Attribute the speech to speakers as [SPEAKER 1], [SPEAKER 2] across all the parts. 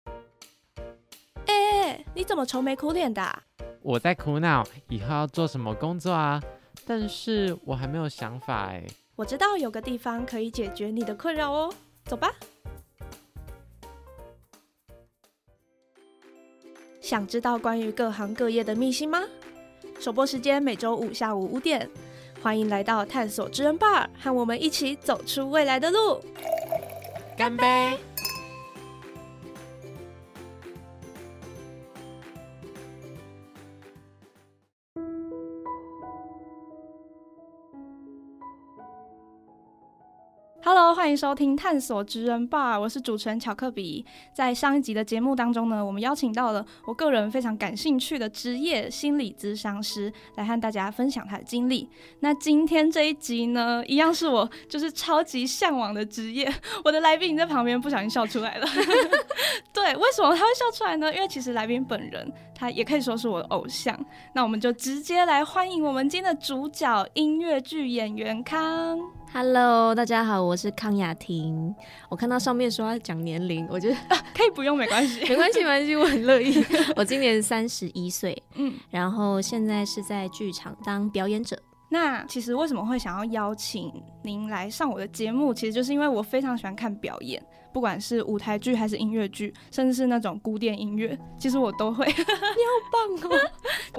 [SPEAKER 1] 姐，哎你怎么愁眉苦脸的啊、
[SPEAKER 2] 我在苦恼以后要做什么工作啊，但是我还没有想法哎。
[SPEAKER 1] 我知道有个地方可以解决你的困扰哦，走吧。想知道关于各行各业的秘辛吗？首播时间每周五下午五点，欢迎来到探索知恩 bar，和我们一起走出未来的路。
[SPEAKER 2] 干杯！
[SPEAKER 1] Hello，欢迎收听《探索职人 bar》，我是主持人巧克比。在上一集的节目当中呢，我们邀请到了我个人非常感兴趣的职业心理咨商师，来和大家分享他的经历。那今天这一集呢，一样是我 就是超级向往的职业。 我的来宾已经在旁边不小心笑出来了。 对，为什么他会笑出来呢？因为其实来宾本人他也可以说是我的偶像。那我们就直接来欢迎我们今天的主角——音乐剧演员康。
[SPEAKER 3] Hello，大家好，我是康雅婷。我看到上面说要讲年龄，我觉 得
[SPEAKER 1] 可以不用，没关系。
[SPEAKER 3] 没关系，没关系，我很乐 意。我今年三十一岁，
[SPEAKER 1] 嗯，
[SPEAKER 3] 然后现在是在剧场当表演者。
[SPEAKER 1] 那其实为什么会想要邀请您来上我的节目，其实就是因为我非常喜欢看表演，不管是舞台剧还是音乐剧，甚至是那种古典音乐，其实我都会。 你好棒哦！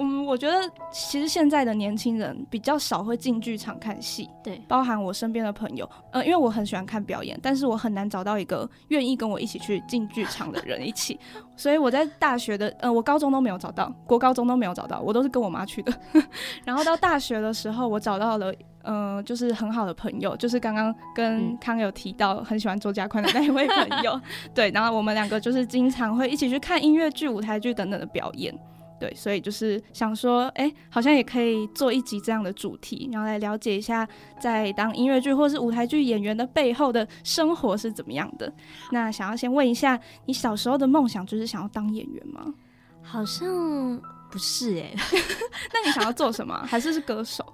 [SPEAKER 1] 嗯，我觉得其实现在的年轻人比较少会进剧场看戏，
[SPEAKER 3] 对
[SPEAKER 1] 包含我身边的朋友，呃，因为我很喜欢看表演，但是我很难找到一个愿意跟我一起去进剧场的人一起， 所以我在大学的，呃，我高中都没有找到，国高中都没有找到，我都是跟我妈去的。 然后到大学的时候，我找到了，呃，就是很好的朋友，就是刚刚跟
[SPEAKER 3] 嗯
[SPEAKER 1] 康有提到很喜欢周家宽的那一位朋友，对，然后我们两个就是经常会一起去看音乐剧、舞台剧等等的表演。对，所以就是想说，哎、好像也可以做一集这样的主题，然后来了解一下在当音乐剧或是舞台剧演员的背后的生活是怎么样的。那想要先问一下，你小时候的梦想就是想要当演员吗？
[SPEAKER 3] 好像不是哎、
[SPEAKER 1] 那你想要做 什么？还是是歌手？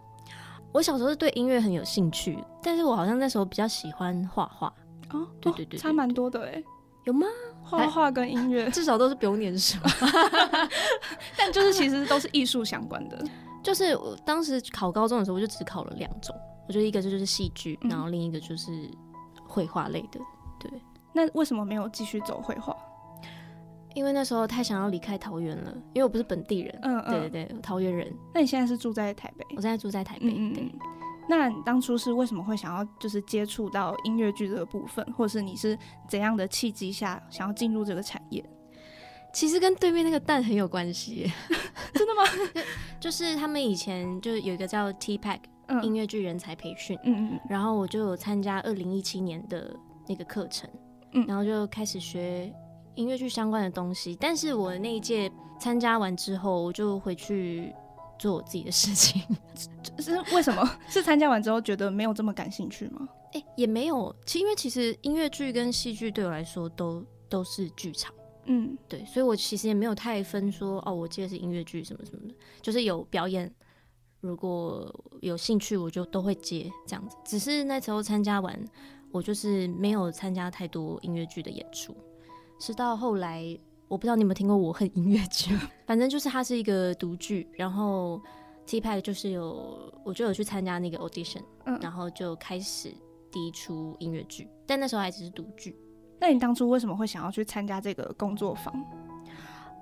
[SPEAKER 3] 我小时候是对音乐很有兴趣，但是我好像那时候比较喜欢画画。
[SPEAKER 1] 哦，
[SPEAKER 3] 对
[SPEAKER 1] 哦
[SPEAKER 3] 对对对
[SPEAKER 1] 差蛮多的哎，
[SPEAKER 3] 有吗？
[SPEAKER 1] 画画跟音乐，
[SPEAKER 3] 至少都是不用念书。
[SPEAKER 1] 但就是其实都是艺术相关的。
[SPEAKER 3] 就是我当时考高中的时候，我就只考了两种，我觉得一个就是戏剧，
[SPEAKER 1] 嗯
[SPEAKER 3] 然后另一个就是绘画类的。
[SPEAKER 1] 那为什么没有继续走绘画？
[SPEAKER 3] 因为那时候太想要离开桃园了，因为我不是本地人。
[SPEAKER 1] 嗯嗯，
[SPEAKER 3] 对对对，桃园人，
[SPEAKER 1] 那你现在是住在台北？
[SPEAKER 3] 我现在住在台北。
[SPEAKER 1] 嗯嗯
[SPEAKER 3] 对
[SPEAKER 1] 嗯。那你当初是为什么会想要就是接触到音乐剧这个部分，或者是你是怎样的契机下想要进入这个产业？
[SPEAKER 3] 其实跟对面那个蛋很有关系耶，
[SPEAKER 1] 真的吗？
[SPEAKER 3] 就是他们以前就有一个叫 T Pack
[SPEAKER 1] 嗯
[SPEAKER 3] 音乐剧人才培训，
[SPEAKER 1] 嗯嗯
[SPEAKER 3] 然后我就有参加二零一七年的那个课程，
[SPEAKER 1] 嗯
[SPEAKER 3] 然后就开始学音乐剧相关的东西。但是我那一届参加完之后，我就回去做我自己的事情。
[SPEAKER 1] 嗯，是为什么？ 是参加完之后觉得没有这么感兴趣吗？
[SPEAKER 3] 哎、也没有，其因为其实音乐剧跟戏剧对我来说都都是剧场。
[SPEAKER 1] 嗯
[SPEAKER 3] 对，所以我其实也没有太分说哦，我记得是音乐剧什么什么的，就是有表演，如果有兴趣我就都会接这样子。只是那时候参加完，我就是没有参加太多音乐剧的演出，是到后来我不知道你有没有听过《我恨音乐剧》， 反正就是它是一个独剧，然后 T p a c 就是有我就有去参加那个 audition，
[SPEAKER 1] 嗯。
[SPEAKER 3] 然后就开始第一出音乐剧，但那时候还只是独剧。
[SPEAKER 1] 那你当初为什么会想要去参加这个工作坊？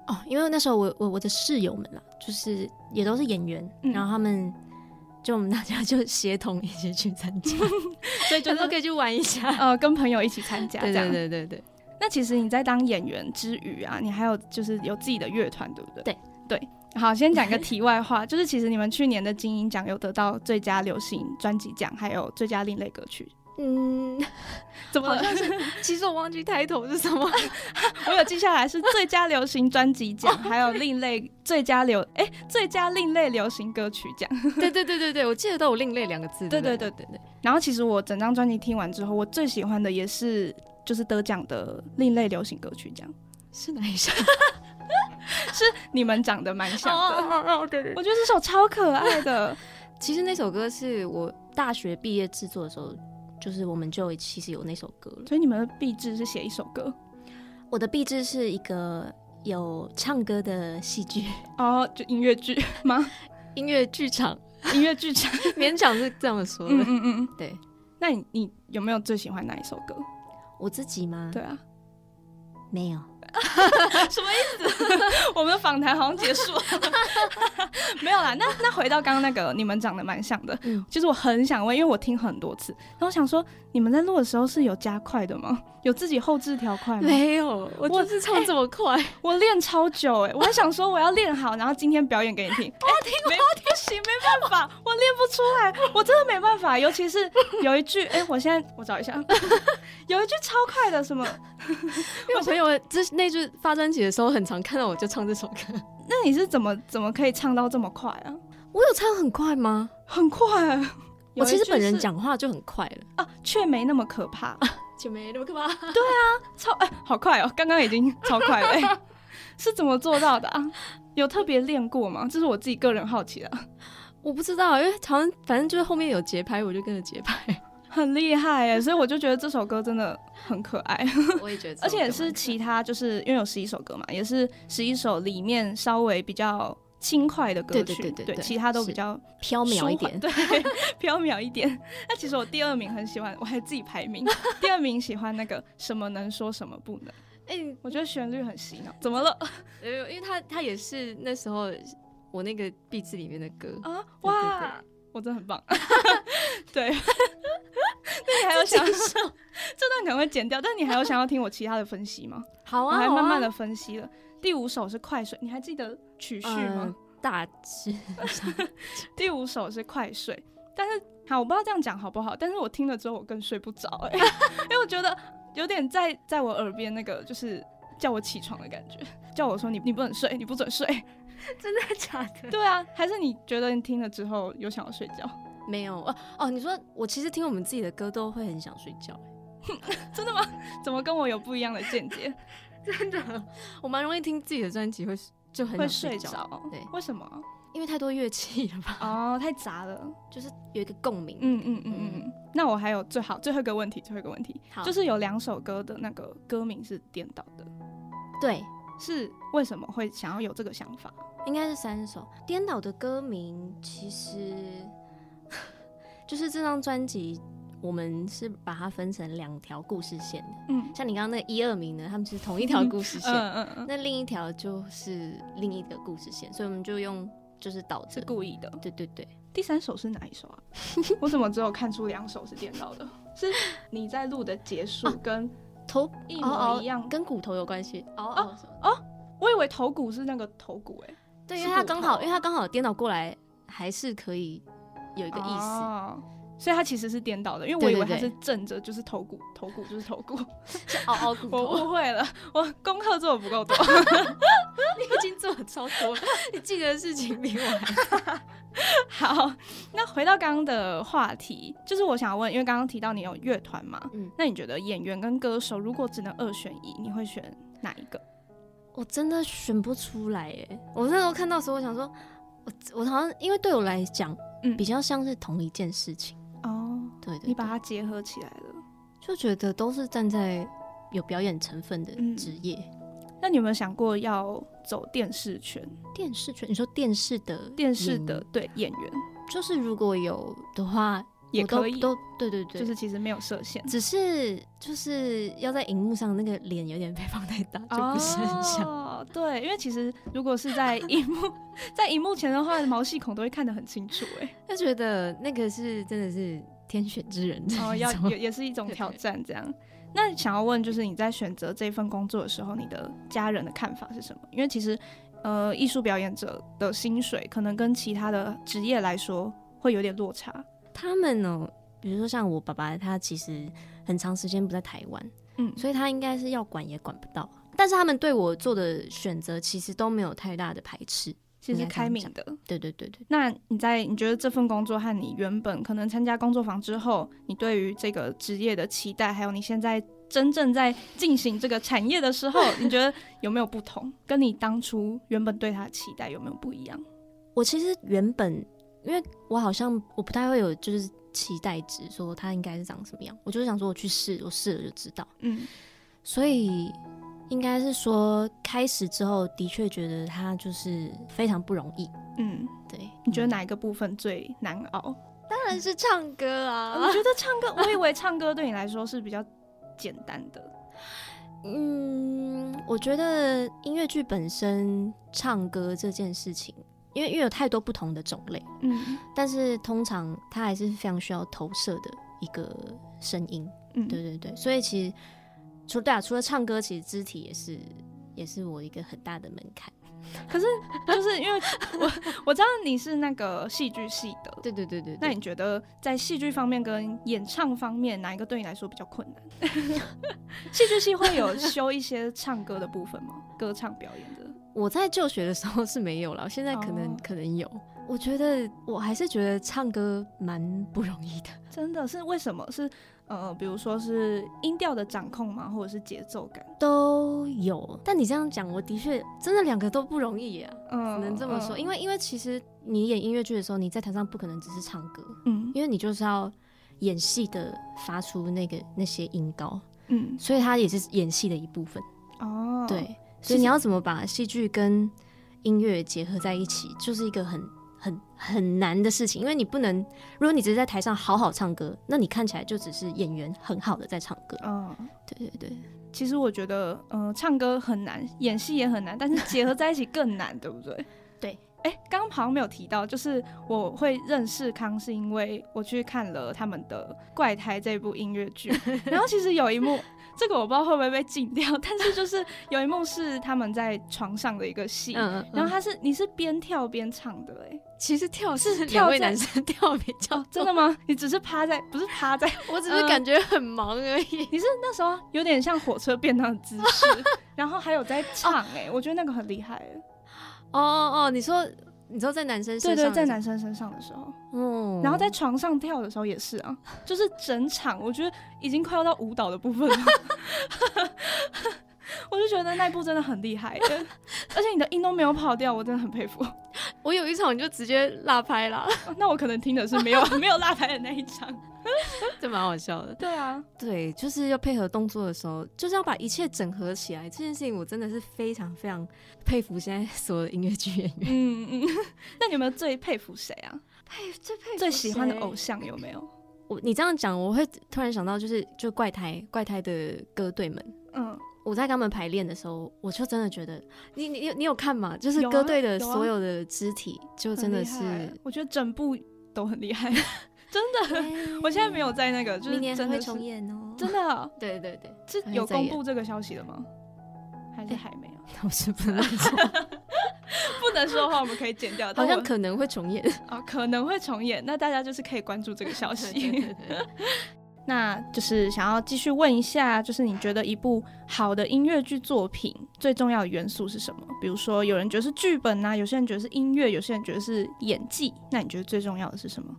[SPEAKER 3] 哦，因为那时候我我我的室友们啦，就是也都是演员，
[SPEAKER 1] 嗯
[SPEAKER 3] 然后他们就我们大家就协同一起去参 加，
[SPEAKER 1] 所以就
[SPEAKER 3] 就是都可以去玩一下。
[SPEAKER 1] 呃跟朋友一起参加这
[SPEAKER 3] 对
[SPEAKER 1] 样。
[SPEAKER 3] 对对对对，
[SPEAKER 1] 那其实你在当演员之余啊，你还有就是有自己的乐团，对不对？
[SPEAKER 3] 对
[SPEAKER 1] 对。好，先讲个题外话， 就是其实你们去年的金鹰奖有得到最佳流行专辑奖，还有最佳另类歌曲。
[SPEAKER 3] 嗯，
[SPEAKER 1] 怎么
[SPEAKER 3] 好
[SPEAKER 1] 了？
[SPEAKER 3] 像是，其实我忘记抬头是什么，
[SPEAKER 1] 我有记下来是最佳流行专辑 奖，还有另类最佳流哎、最佳另类流行歌曲奖。
[SPEAKER 3] 对对对对对，我记得都有“另类”两个字，
[SPEAKER 1] 对
[SPEAKER 3] 对
[SPEAKER 1] 对
[SPEAKER 3] 对对，
[SPEAKER 1] 然后其实我整张专辑听完之后，我最喜欢的也是就是得奖的另类流行歌曲奖，
[SPEAKER 3] 是哪一首？
[SPEAKER 1] 你们长得蛮像的，
[SPEAKER 3] 哦哦哦，对对
[SPEAKER 1] 我觉得这首超可爱 的。
[SPEAKER 3] 其实那首歌是我大学毕业制作的时候，就是我们就其实有那首歌了。
[SPEAKER 1] 所以你们的壁纸是写一首歌。
[SPEAKER 3] 我的壁纸是一个有唱歌的戏剧
[SPEAKER 1] 哦，就音乐剧吗？
[SPEAKER 3] 音乐剧 场，
[SPEAKER 1] 音乐剧场。
[SPEAKER 3] 勉强是这么说
[SPEAKER 1] 嗯
[SPEAKER 3] 的。
[SPEAKER 1] 嗯嗯。
[SPEAKER 3] 对
[SPEAKER 1] 那你你有没有最喜欢哪一首歌？
[SPEAKER 3] 我自己吗？
[SPEAKER 1] 对啊，
[SPEAKER 3] 没有。
[SPEAKER 1] 我们的访谈好像结束了， 没有啦。那那回到刚刚那个，你们长得蛮像的。
[SPEAKER 3] 嗯
[SPEAKER 1] 其实我很想问，因为我听很多次，然后我想说，你们在录的时候是有加快的吗？有自己后置调快吗？
[SPEAKER 3] 没有，我哎就是唱这么快，
[SPEAKER 1] 我练超久哎、我还想说我要练好，然后今天表演给你听。 我要听，没不行，没办法，我练不出来，我真的没办法。尤其是有一句，哎、我现在我找一下， 有一句超快的什么？
[SPEAKER 3] 因为我朋友这那句发专辑的时候，很常看到我就唱这首歌。
[SPEAKER 1] 那你是怎么怎么可以唱到这么快啊？
[SPEAKER 3] 我有唱很快吗？
[SPEAKER 1] 很快、
[SPEAKER 3] 我其实本
[SPEAKER 1] 有一
[SPEAKER 3] 人
[SPEAKER 1] 句是
[SPEAKER 3] 讲话就很快了，
[SPEAKER 1] 啊，却没那么可怕，
[SPEAKER 3] 就没那么可怕。
[SPEAKER 1] 超哎、好快哦，刚刚已经超快了、哎是怎么做到的啊？有特别练过吗？这是我自己个人好奇的，
[SPEAKER 3] 我不知道，因为好像反正就是后面有节拍，我就跟着节拍。
[SPEAKER 1] 很厉害哎、所以我就觉得这首歌真的很可爱。
[SPEAKER 3] 我也觉得
[SPEAKER 1] 而且是其他，就是因为有十一首歌嘛，也是十一首里面稍微比较轻快的歌曲，
[SPEAKER 3] 对对对对对
[SPEAKER 1] 其他都
[SPEAKER 3] 是
[SPEAKER 1] 比较
[SPEAKER 3] 飘渺一
[SPEAKER 1] 舒缓
[SPEAKER 3] 点，
[SPEAKER 1] 对， 飘渺一点。那其实我第二名很喜欢，我还自己排名，第二名喜欢那个什么能说什么不能，
[SPEAKER 3] 哎、
[SPEAKER 1] 我觉得旋律很洗脑。啊怎么了
[SPEAKER 3] 没有，因为他他也是那时候我那个壁纸里面的歌，
[SPEAKER 1] 啊？哇，
[SPEAKER 3] 对对
[SPEAKER 1] 我真的 很棒，对。那 你还有想， 这段可能会剪掉，但你还有想要听我其他的分析 吗？
[SPEAKER 3] 好
[SPEAKER 1] 我
[SPEAKER 3] 啊，
[SPEAKER 1] 还
[SPEAKER 3] 好啊
[SPEAKER 1] 慢慢的分析了。第五首是快水，你还记得曲序吗？
[SPEAKER 3] 呃大致 上
[SPEAKER 1] 第五首是快睡，但是好，我不知道这样讲好不好，但是我听了之后我更睡不着、 欸，因为我觉得有点在在我耳边那个就是叫我起床的感觉，叫我说你你不能睡，你不准 睡。
[SPEAKER 3] 真的假的？
[SPEAKER 1] 对啊，还是你觉得你听了之后有想要睡觉？
[SPEAKER 3] 没有哦哦，你说我其实听我们自己的歌都会很想睡觉，
[SPEAKER 1] 真的吗？怎么跟我有不一样的见 解？
[SPEAKER 3] 真的，欸 我蛮容易听自己的专辑会就很
[SPEAKER 1] 会
[SPEAKER 3] 想
[SPEAKER 1] 睡
[SPEAKER 3] 觉，
[SPEAKER 1] 着？
[SPEAKER 3] 对
[SPEAKER 1] 为什 么？
[SPEAKER 3] 因为太多乐器了吧，
[SPEAKER 1] 哦，太杂了。
[SPEAKER 3] 就是有一个共鸣。
[SPEAKER 1] 嗯嗯嗯嗯嗯。那我还有最好最后一个问题，最后一个问题
[SPEAKER 3] 好
[SPEAKER 1] 就是有两首歌的那个歌名是颠倒的，
[SPEAKER 3] 对，
[SPEAKER 1] 是为什么会想要有这个想法？
[SPEAKER 3] 应该是三首。颠倒的歌名其实 就是这张专辑，我们是把它分成两条故事线的。
[SPEAKER 1] 嗯，
[SPEAKER 3] 像你刚刚那个一二名呢，他们就是同一条故事线，
[SPEAKER 1] 嗯嗯嗯，
[SPEAKER 3] 那另一条就是另一个故事线，所以我们就用就是倒着
[SPEAKER 1] 是。故意的。
[SPEAKER 3] 对对对，
[SPEAKER 1] 第三首是哪一 首啊？我怎么只有看出两首是颠倒的？是你在录的结束跟
[SPEAKER 3] 头
[SPEAKER 1] 一模一样。
[SPEAKER 3] 跟骨头有关系。哦
[SPEAKER 1] 哦
[SPEAKER 3] 哦，
[SPEAKER 1] 我以为头骨是那个头骨、欸，哎，
[SPEAKER 3] 对，
[SPEAKER 1] 是
[SPEAKER 3] 因为它
[SPEAKER 1] 骨
[SPEAKER 3] 刚
[SPEAKER 1] 头
[SPEAKER 3] 好，因为它刚好颠倒过来，还是可以有一
[SPEAKER 1] 一
[SPEAKER 3] 个意思。
[SPEAKER 1] 哦所以它其实是颠倒的，因为我
[SPEAKER 3] 对
[SPEAKER 1] 以
[SPEAKER 3] 对
[SPEAKER 1] 为它
[SPEAKER 3] 对
[SPEAKER 1] 是正着，就是头骨，头骨就是头 骨。
[SPEAKER 3] 是凹凹骨
[SPEAKER 1] 我
[SPEAKER 3] 头，
[SPEAKER 1] 误会了，我功课做的不够 多。
[SPEAKER 3] 你 已经做的超多了，你记得的事情比我还
[SPEAKER 1] 好，那回到刚刚的话题，就是我想问，因为刚刚提到你有乐团嘛，
[SPEAKER 3] 嗯
[SPEAKER 1] 那你觉得演员跟歌手如果只能二选一，你会选哪一个？
[SPEAKER 3] 我真的选不出来耶！我那时候看到的时候，我想说，我我好像因为对我来讲，
[SPEAKER 1] 嗯
[SPEAKER 3] 比较像是同一件事情。
[SPEAKER 1] 哦，
[SPEAKER 3] 对对对
[SPEAKER 1] 你把它结合起来了。
[SPEAKER 3] 就觉得都是站在有表演成分的
[SPEAKER 1] 嗯
[SPEAKER 3] 职业。
[SPEAKER 1] 那你有没有想过要走电视圈？
[SPEAKER 3] 电视圈，你说电视的
[SPEAKER 1] 电视
[SPEAKER 3] 演
[SPEAKER 1] 的对演员
[SPEAKER 3] 就是如果有的话，
[SPEAKER 1] 也
[SPEAKER 3] 我都
[SPEAKER 1] 可以，
[SPEAKER 3] 都对对对，
[SPEAKER 1] 就是其实没有设限，
[SPEAKER 3] 只是就是要在荧幕上那个脸有点被放太大，就不是很像。
[SPEAKER 1] 哦，对，因为其实如果是在荧幕 在荧幕前的话，毛细孔都会看得很清楚、哎，
[SPEAKER 3] 就觉得那个是真的是天选之人
[SPEAKER 1] 哦，
[SPEAKER 3] 这
[SPEAKER 1] 要
[SPEAKER 3] 种
[SPEAKER 1] 也也是一种
[SPEAKER 3] 对
[SPEAKER 1] 挑战，这样。那想要问，就是你在选择这份工作的时候，你的家人的看法是什么？因为其实，呃，艺术表演者的薪水可能跟其他的职业来说会有点落差。
[SPEAKER 3] 他们呢、比如说像我爸爸，他其实很长时间不在台湾，
[SPEAKER 1] 嗯，
[SPEAKER 3] 所以他应该是要管也管不到。但是他们对我做的选择其实都没有太大的排斥。
[SPEAKER 1] 其实
[SPEAKER 3] 应该这
[SPEAKER 1] 开
[SPEAKER 3] 样
[SPEAKER 1] 明
[SPEAKER 3] 讲
[SPEAKER 1] 的，
[SPEAKER 3] 对对对对，
[SPEAKER 1] 那你在你觉得这份工作和你原本可能参加工作坊之后，你对于这个职业的期待，还有你现在真正在进行这个产业的时候，你觉得有没有不同？跟你当初原本对它的期待有没有不一样？
[SPEAKER 3] 我其实原本因为我好像我不太会有就是期待值，说他应该是长什么样，我就是想说我去试，我试了就知道。
[SPEAKER 1] 嗯，
[SPEAKER 3] 所以应该是说开始之后，的确觉得他就是非常不容易。
[SPEAKER 1] 嗯，
[SPEAKER 3] 对，
[SPEAKER 1] 你觉得哪一个部分最难熬？
[SPEAKER 3] 当然是唱 歌
[SPEAKER 1] 我
[SPEAKER 3] 啊。
[SPEAKER 1] 觉得唱歌，我以为唱歌对你来说是比较简单的。
[SPEAKER 3] 嗯，我觉得音乐剧本身唱歌这件事情，因为因为有太多不同的种类，
[SPEAKER 1] 嗯
[SPEAKER 3] 但是通常它还是非常需要投射的一个声音。
[SPEAKER 1] 嗯，
[SPEAKER 3] 对对对，所以其实除对啊，除了唱歌，其实肢体也是也是我一个很大的门槛。
[SPEAKER 1] 就是因为我我知道你是那个戏剧系的，
[SPEAKER 3] 对对对对
[SPEAKER 1] 那你觉得在戏剧方面跟演唱方面哪一个对你来说比较困难？ 戏剧系会有修一些唱歌的部分吗？ 歌唱表演的？
[SPEAKER 3] 我在就学的时候是没有了，现在可能、
[SPEAKER 1] 哦
[SPEAKER 3] 可能有。我觉得我还是觉得唱歌蛮不容易的。
[SPEAKER 1] 真的是为什么是呃，比如说是音调的掌控吗，或者是节奏感？
[SPEAKER 3] 都有，但你这样讲，我的确真的两个都不容易呀、
[SPEAKER 1] 嗯
[SPEAKER 3] 只能这么说。因
[SPEAKER 1] 为
[SPEAKER 3] 为因为其实你演音乐剧的时候，你在台上不可能只是唱歌，
[SPEAKER 1] 嗯
[SPEAKER 3] 因为你就是要演戏的发出那个那些音高，
[SPEAKER 1] 嗯
[SPEAKER 3] 所以它也是演戏的一部分。
[SPEAKER 1] 哦，
[SPEAKER 3] 对，所以你要怎么把戏剧跟音乐结合在一起，就是一个很很很难的事情，因为你不能，如果你只是在台上好好唱歌，那你看起来就只是演员很好的在唱歌。
[SPEAKER 1] 嗯。
[SPEAKER 3] 对对对，
[SPEAKER 1] 其实我觉得，嗯、唱歌很难，演戏也很难，但是结合在一起更难，对不对？
[SPEAKER 3] 对。
[SPEAKER 1] 哎、刚刚好像没有提到，就是我会认识康是因为我去看了他们的《怪胎》这部音乐剧，然后其实有一幕，这个我不知道会不会被禁掉，但是 就是有一幕是他们在床上的一个戏，
[SPEAKER 3] 嗯嗯
[SPEAKER 1] 然后他是你是边跳边唱的、哎，
[SPEAKER 3] 其实跳是
[SPEAKER 1] 跳
[SPEAKER 3] 两位
[SPEAKER 1] 在
[SPEAKER 3] 男生 跳比较
[SPEAKER 1] 真的吗？你只是趴在，不是趴在，
[SPEAKER 3] 多，我只是
[SPEAKER 1] 嗯
[SPEAKER 3] 感觉很忙而已。
[SPEAKER 1] 你是那时候有点像火车便当的姿势，然后还有在唱、哎，我觉得那个很厉害、哎
[SPEAKER 3] 哦哦哦，你说你说在男生身
[SPEAKER 1] 对
[SPEAKER 3] 上
[SPEAKER 1] 对，在
[SPEAKER 3] 的
[SPEAKER 1] 男生身上的时候，
[SPEAKER 3] 嗯，
[SPEAKER 1] 然后在床上跳的时候也是啊，就是整场我觉得已经快要到舞蹈的部分了， 我就觉得那一步真的很厉害，而且你的音都没有跑掉，我真的很佩服。哦
[SPEAKER 3] 我有一场你就直接落拍啦，
[SPEAKER 1] 那我可能听的是没有 没有落拍的那一场。
[SPEAKER 3] 这蛮好笑的。
[SPEAKER 1] 对啊，
[SPEAKER 3] 对，就是要配合动作的时候，就是要把一切整合起来。这件事情我真的是非常非常佩服现在 所有的音乐剧演员。
[SPEAKER 1] 嗯嗯，那你有没有最佩服谁啊？
[SPEAKER 3] 最佩
[SPEAKER 1] 最喜欢的偶，像有没有？
[SPEAKER 3] 我你这样讲，我会突然想到，就是就怪胎怪胎的歌队们。
[SPEAKER 1] 嗯，
[SPEAKER 3] 我在跟他们排练的时候，我就真的觉得，你你你有你有看吗？就是
[SPEAKER 1] 有啊
[SPEAKER 3] 歌队的
[SPEAKER 1] 有啊
[SPEAKER 3] 所有的肢体，就真的是
[SPEAKER 1] 很厉害， 我觉得整部都很厉害， 真的。
[SPEAKER 3] 哎
[SPEAKER 1] 我现在没有在那个，就是
[SPEAKER 3] 明年还
[SPEAKER 1] 真的
[SPEAKER 3] 会
[SPEAKER 1] 是
[SPEAKER 3] 重演哦。
[SPEAKER 1] 真的啊、
[SPEAKER 3] 对对 对，
[SPEAKER 1] 是
[SPEAKER 3] 还会
[SPEAKER 1] 有
[SPEAKER 3] 再
[SPEAKER 1] 公
[SPEAKER 3] 演
[SPEAKER 1] 布这个消息了吗？还是还没有？
[SPEAKER 3] 我是不能说，
[SPEAKER 1] 哎 不能说的话，我们可以剪掉。
[SPEAKER 3] 好
[SPEAKER 1] 但
[SPEAKER 3] 像
[SPEAKER 1] 我
[SPEAKER 3] 可能会重演。
[SPEAKER 1] 啊、可能会重演，那大家就是可以关注这个 消 息。那就是想要继续问一下，就是你觉得一部好的音乐剧作品最重要的元素是什么？比如说，有人觉得是剧本啊，有些人觉得是音乐，有些人觉得是演技。那你觉得最重要的是什么？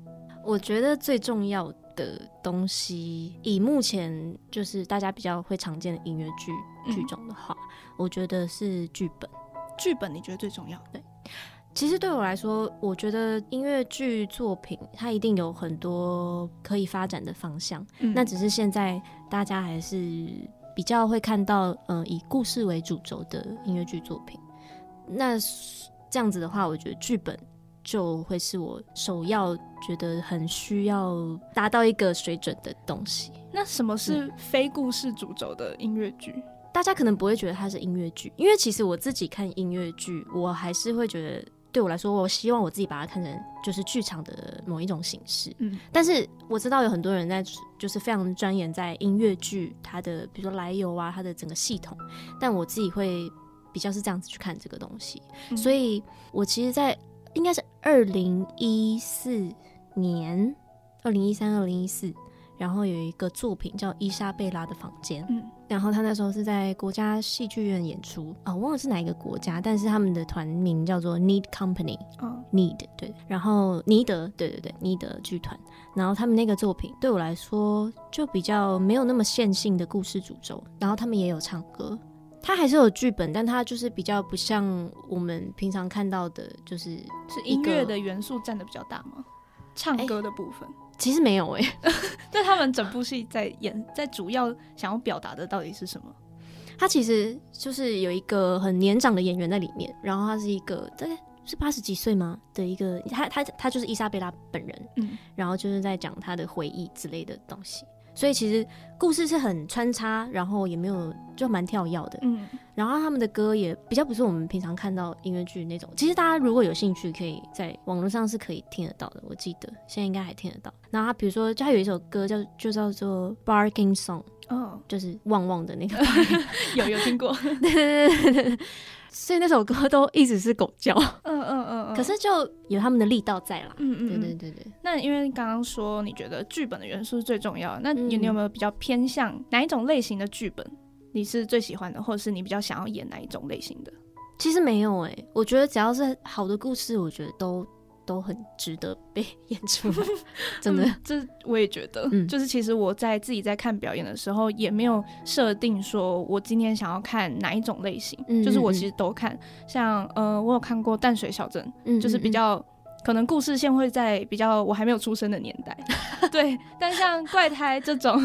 [SPEAKER 3] 我觉得最重要的东西，以目前就是大家比较会常见的音乐剧
[SPEAKER 1] 嗯
[SPEAKER 3] 剧种的话，我觉得是剧本。
[SPEAKER 1] 剧本你觉得最重要？
[SPEAKER 3] 其实对我来说，我觉得音乐剧作品它一定有很多可以发展的方向，
[SPEAKER 1] 嗯
[SPEAKER 3] 那只是现在大家还是比较会看到，嗯、以故事为主轴的音乐剧作品。那这样子的话，我觉得剧本就会是我首要觉得很需要达到一个水准的东西。
[SPEAKER 1] 那什么是非故事主轴的音乐剧？
[SPEAKER 3] 大家可能不会觉得它是音乐剧，因为其实我自己看音乐剧，我还是会觉得，对我来说，我希望我自己把它看成就是剧场的某一种形式。
[SPEAKER 1] 嗯
[SPEAKER 3] 但是我知道有很多人在就是非常钻研在音乐剧它的比如说来由啊，它的整个系统，但我自己会比较是这样子去看这个东西，
[SPEAKER 1] 嗯
[SPEAKER 3] 所以我其实在，应该是二零一四年，二零一三、二零一四。然后有一个作品叫《伊莎贝拉的房间》，
[SPEAKER 1] 嗯
[SPEAKER 3] 然后他那时候是在国家戏剧院演出啊、我忘了是哪一个国家，但是他们的团名叫做 Need Company，
[SPEAKER 1] 嗯
[SPEAKER 3] Need 对，然后尼德对对对尼德剧团，然后他们那个作品对我来说就比较没有那么线性的故事主轴，然后他们也有唱歌，它还是有剧本，但它就是比较不像我们平常看到的，就是
[SPEAKER 1] 是
[SPEAKER 3] 一
[SPEAKER 1] 音
[SPEAKER 3] 个
[SPEAKER 1] 乐的元素占的比较大吗？唱
[SPEAKER 3] 哎
[SPEAKER 1] 歌的部 分，
[SPEAKER 3] 其实没有哎、
[SPEAKER 1] 那他们整部戏在演，在主要想要表达的到底是什么？
[SPEAKER 3] 他其实就是有一个很年长的演员在里面，然后他是一个大概是八十几岁吗的一个，他他他就是伊莎贝拉本人，
[SPEAKER 1] 嗯，
[SPEAKER 3] 然后就是在讲他的回忆之类的东西。所以其实故事是很穿插，然后也没有就蛮跳跃的，
[SPEAKER 1] 嗯，
[SPEAKER 3] 然后他们的歌也比较不是我们平常看到音乐剧那种。其实大家如果有兴趣，可以在网络上是可以听得到的，我记得现在应该还听得到。然后他比如说，就他有一首歌叫就叫做《Barking Song》，
[SPEAKER 1] 哦，
[SPEAKER 3] 就是旺旺的那个
[SPEAKER 1] 有有听过，
[SPEAKER 3] 对对对对对， 所以那首歌都一直是狗叫，
[SPEAKER 1] 嗯嗯嗯嗯。
[SPEAKER 3] 可，是就有他们的力道在啦。
[SPEAKER 1] 嗯嗯，
[SPEAKER 3] 对对
[SPEAKER 1] 嗯
[SPEAKER 3] 对对，
[SPEAKER 1] 那因为刚刚说你觉得剧本的元素是最重要的，那你
[SPEAKER 3] 嗯
[SPEAKER 1] 你有没有比较偏向哪一种类型的剧本？你是最喜欢的，或者是你比较想要演哪一种类型的？
[SPEAKER 3] 其实没有哎、我觉得只要是好的故事，我觉得都都很值得被演出来，真的。
[SPEAKER 1] 嗯这我也觉得，
[SPEAKER 3] 嗯
[SPEAKER 1] 就是其实我在自己在看表演的时候，也没有设定说我今天想要看哪一种类型，
[SPEAKER 3] 嗯
[SPEAKER 1] 就是我
[SPEAKER 3] 嗯
[SPEAKER 1] 其实都看，像呃，我有看过《淡水小镇》，
[SPEAKER 3] 嗯
[SPEAKER 1] 就是比，较可能故事线会在比较我还没有出生的年 代，对。但像怪胎这种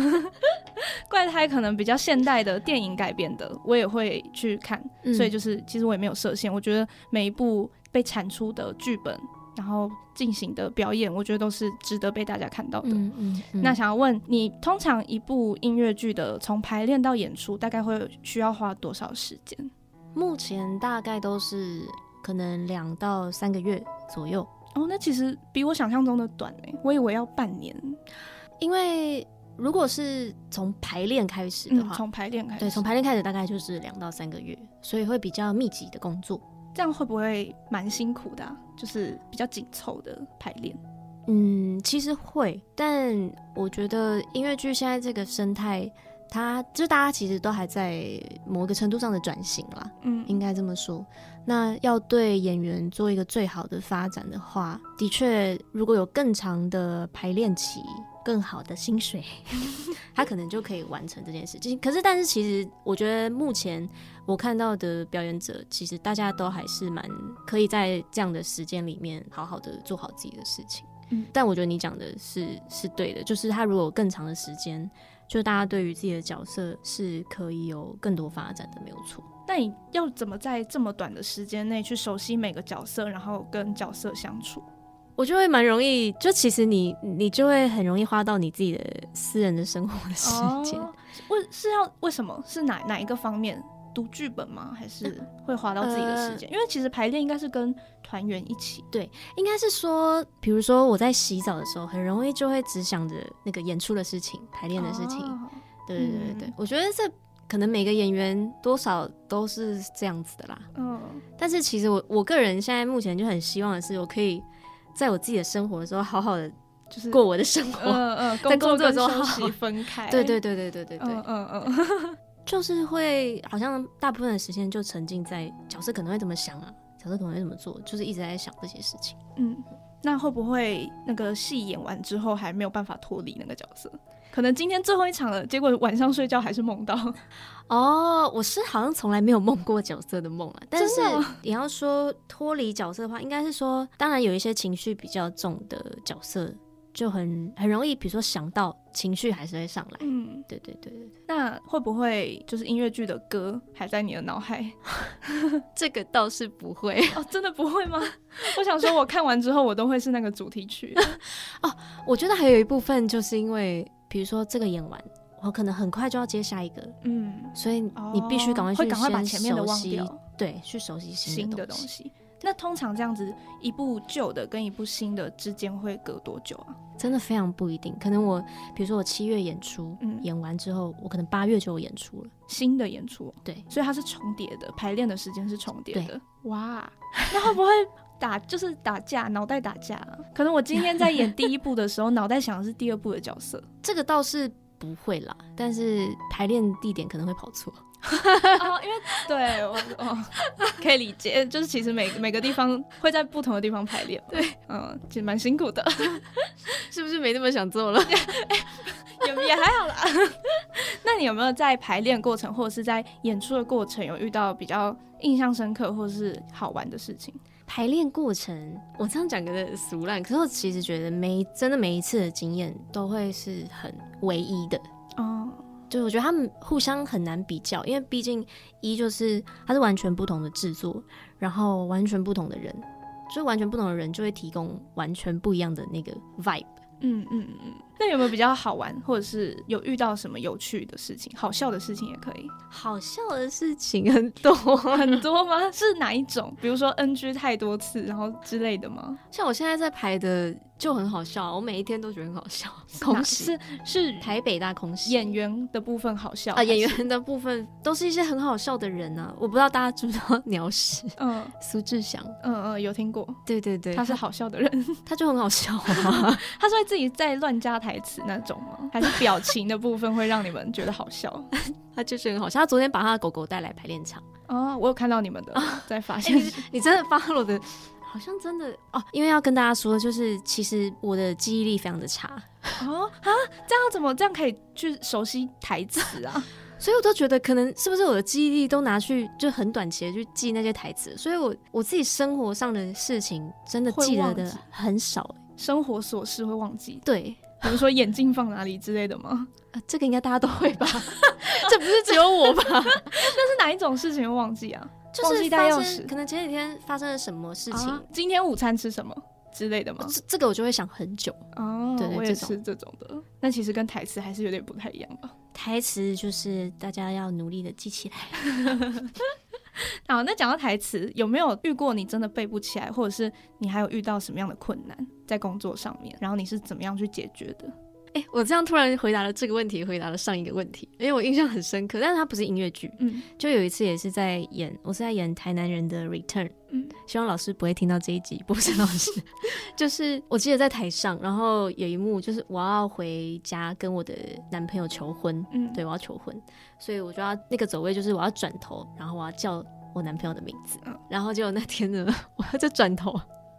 [SPEAKER 1] 怪胎可能比较现代的电影改编的，我也会去看。
[SPEAKER 3] 嗯
[SPEAKER 1] 所以就是其实我也没有设限，我觉得每一部被产出的剧本，然后进行的表演，我觉得都是值得被大家看到的。
[SPEAKER 3] 嗯嗯嗯
[SPEAKER 1] 那想要问你，通常一部音乐剧的从排练到演出，大概会需要花多少时间？
[SPEAKER 3] 目前大概都是可能两到三个月左右，
[SPEAKER 1] 哦，那其实比我想象中的短诶、我以为要半年。
[SPEAKER 3] 因为如果是从排练开始的
[SPEAKER 1] 嗯，
[SPEAKER 3] 话，
[SPEAKER 1] 从排练开始，
[SPEAKER 3] 对，从排练开始大概就是两到三个月，所以会比较密集的工作。
[SPEAKER 1] 这样会不会蛮辛苦的啊、就是比较紧凑的排练。
[SPEAKER 3] 嗯，其实会，但我觉得音乐剧现在这个生态，它就是大家其实都还在某个程度上的转型啦，
[SPEAKER 1] 嗯
[SPEAKER 3] 应该这么说。那要对演员做一个最好的发展的话，的确，如果有更长的排练期，更好的薪水， 他可能就可以完成这件事情。可是，但是其实我觉得目前我看到的表演者，其实大家都还是蛮可以在这样的时间里面好好的做好自己的事情。
[SPEAKER 1] 嗯
[SPEAKER 3] 但我觉得你讲的是是对的，就是他如果有更长的时间，就大家对于自己的角色是可以有更多发展的，没有错。
[SPEAKER 1] 那你要怎么在这么短的时间内去熟悉每个角色，然后跟角色相处？
[SPEAKER 3] 我就会蛮容易，就其实你你就会很容易花到你自己的私人的生活的时间。
[SPEAKER 1] 哦，为是要为什么？是哪哪一个方面？读剧本吗？还是会花到自己的时呃间？因为其实排练应该是跟团员一起。
[SPEAKER 3] 应该是说，比如说我在洗澡的时候，很容易就会只想着那个演出的事情、排练的事情。
[SPEAKER 1] 哦
[SPEAKER 3] 对对对对对
[SPEAKER 1] 嗯
[SPEAKER 3] 我觉得这可能每个演员多少都是这样子的啦。
[SPEAKER 1] 嗯，
[SPEAKER 3] 但是其实我我个人现在目前就很希望的是，我可以在我自己的生活的时候，好好的
[SPEAKER 1] 就是
[SPEAKER 3] 过我的生活。
[SPEAKER 1] 嗯嗯，
[SPEAKER 3] 在工作
[SPEAKER 1] 跟
[SPEAKER 3] 的时候
[SPEAKER 1] 休
[SPEAKER 3] 好
[SPEAKER 1] 息分开。
[SPEAKER 3] 对对对对对对对，
[SPEAKER 1] 嗯嗯嗯，
[SPEAKER 3] 就是会好像大部分的时间就沉浸在角色可能会怎么想啊，角色可能会怎么做，就是一直在想这些事情。啊
[SPEAKER 1] 嗯，那会不会那个戏演完之后还没有办法脱离那个角色？可能今天最后一场了，结果晚上睡觉还是梦到。
[SPEAKER 3] 哦，我是好像从来没有梦过角色的梦啊，但是
[SPEAKER 1] 真的哦
[SPEAKER 3] 也要说脱离角色的话，应该是说，当然有一些情绪比较重的角色就很很容易，比如说想到情绪还是会上来。
[SPEAKER 1] 嗯，
[SPEAKER 3] 对对对对，对
[SPEAKER 1] 那会不会就是音乐剧的歌还在你的脑海？
[SPEAKER 3] 这个倒是不会
[SPEAKER 1] 哦，真的不会吗？我想说，我看完之后我都会是那个主题曲。
[SPEAKER 3] 我觉得还有一部分就是因为，比如说这个演完，我可能很快就要接下一个，
[SPEAKER 1] 嗯，
[SPEAKER 3] 所以你必须赶快
[SPEAKER 1] 哦
[SPEAKER 3] 去
[SPEAKER 1] 会赶快把
[SPEAKER 3] 先
[SPEAKER 1] 前面的
[SPEAKER 3] 熟
[SPEAKER 1] 忘
[SPEAKER 3] 悉
[SPEAKER 1] 掉，
[SPEAKER 3] 对，去熟悉
[SPEAKER 1] 新
[SPEAKER 3] 新
[SPEAKER 1] 的
[SPEAKER 3] 的
[SPEAKER 1] 东
[SPEAKER 3] 东西。
[SPEAKER 1] 西。那通常这样子，一部旧的跟一部新的之间会隔多久啊？
[SPEAKER 3] 真的非常不一定。可能我，比如说我七月演出，
[SPEAKER 1] 嗯
[SPEAKER 3] 演完之后，我可能八月就有演出了。
[SPEAKER 1] 新的演出，哦
[SPEAKER 3] 对，
[SPEAKER 1] 所以它是重叠的，排练的时间是重叠的
[SPEAKER 3] 对。
[SPEAKER 1] 哇， 那会不会打就是打架，脑袋打架啊、可能我今天在演第一部的时候， 脑袋想的是第二部的角色。
[SPEAKER 3] 这个倒是不会啦，但是排练地点可能会跑错。
[SPEAKER 1] 哦，因为对我哦， 可以理解，就是其实每每个地方会在不同的地方排练。对，嗯，其实蛮辛苦 的，
[SPEAKER 3] 是不是没那么想做了？
[SPEAKER 1] 也也还好啦。 那你有没有在排练过程或者是在演出的过程有遇到比较印象深刻或是好玩的事情？
[SPEAKER 3] 排练过程，我这样讲有点俗烂，可是我其实觉得每真的每一次的经验都会是很唯一的。
[SPEAKER 1] 哦，
[SPEAKER 3] 对，我觉得他们互相很难比较，因为毕竟一就是它是完全不同的制作，然后完全不同的人，就是完全不同的人就会提供完全不一样的那个 vibe。
[SPEAKER 1] 嗯嗯嗯。那有没有比较好玩，或者是有遇到什么有趣的事情、好笑的事情也可 以？
[SPEAKER 3] 好笑的事情很多，
[SPEAKER 1] 很多吗？ 是哪一种？比如说 NG 太多次，然后之类的吗？
[SPEAKER 3] 像我现在在排的就很好笑，我每一天都觉得很好笑。
[SPEAKER 1] 哪
[SPEAKER 3] 空袭
[SPEAKER 1] 是是
[SPEAKER 3] 台北大空袭
[SPEAKER 1] 演员的部分好笑
[SPEAKER 3] 啊，演
[SPEAKER 1] 还是
[SPEAKER 3] 员的部分都是一些很好笑的人啊。我不知道大家知不知道 鸟屎
[SPEAKER 1] 嗯
[SPEAKER 3] 苏志祥，
[SPEAKER 1] 嗯嗯，有听过，
[SPEAKER 3] 对对对，
[SPEAKER 1] 他是好笑的人，
[SPEAKER 3] 他就很好笑啊。
[SPEAKER 1] 他是会自己再乱加台词那种吗？还是表情的部分会让你们觉得好笑？
[SPEAKER 3] 他就是很好笑。他昨天把他的狗狗带来排练场，
[SPEAKER 1] 哦，我有看到你们的在发现
[SPEAKER 3] 哎， 你真的 follow 的，好像真的哦。因为要跟大家说，就是其实我的记忆力非常的差，
[SPEAKER 1] 哦啊，这样怎么这样可以去熟悉台词啊？
[SPEAKER 3] 所以我都觉得可能是不是我的记忆力都拿去就很短期的去记那些台词，所以我我自己生活上的事情真的
[SPEAKER 1] 会
[SPEAKER 3] 记得
[SPEAKER 1] 忘
[SPEAKER 3] 的
[SPEAKER 1] 记
[SPEAKER 3] 很少、
[SPEAKER 1] 生活琐事会忘记，
[SPEAKER 3] 对。
[SPEAKER 1] 比如说眼镜放哪里之类的 吗？
[SPEAKER 3] 呃这个应该大家都会 吧？这不是只有 我吧？
[SPEAKER 1] 是哪一种事情会忘记啊？
[SPEAKER 3] 就
[SPEAKER 1] 忘
[SPEAKER 3] 是
[SPEAKER 1] 记带
[SPEAKER 3] 发
[SPEAKER 1] 钥
[SPEAKER 3] 生，
[SPEAKER 1] 匙
[SPEAKER 3] 可能前几天发生了什么事情，
[SPEAKER 1] 啊今天午餐吃什么之类的吗？
[SPEAKER 3] 这这个我就会想很久。
[SPEAKER 1] 哦，
[SPEAKER 3] 对对
[SPEAKER 1] 我也
[SPEAKER 3] 这种
[SPEAKER 1] 是这种的。那其实跟台词还是有点不太一样吧。
[SPEAKER 3] 台词就是大家要努力的记起来。
[SPEAKER 1] 好，那讲到台词，有没有遇过你真的背不起来，或者是你还有遇到什么样的困难在工作上面？然后你是怎么样去解决的？
[SPEAKER 3] 哎、我这样突然回答了这个问题，回答了上一个问题，因为我印象很深刻。但是它不是音乐剧，
[SPEAKER 1] 嗯
[SPEAKER 3] 就有一次也是在演，我是在演台南人的 Return。
[SPEAKER 1] 嗯
[SPEAKER 3] 希望老师不会听到这一集，不是老师。 就是我记得在台上，然后有一幕就是我要回家跟我的男朋友求婚，
[SPEAKER 1] 嗯，
[SPEAKER 3] 对，我要求婚，所以我就要那个走位就是我要转头，然后我要叫我男朋友的名字
[SPEAKER 1] 嗯，
[SPEAKER 3] 然后结果那天呢，我要再转头，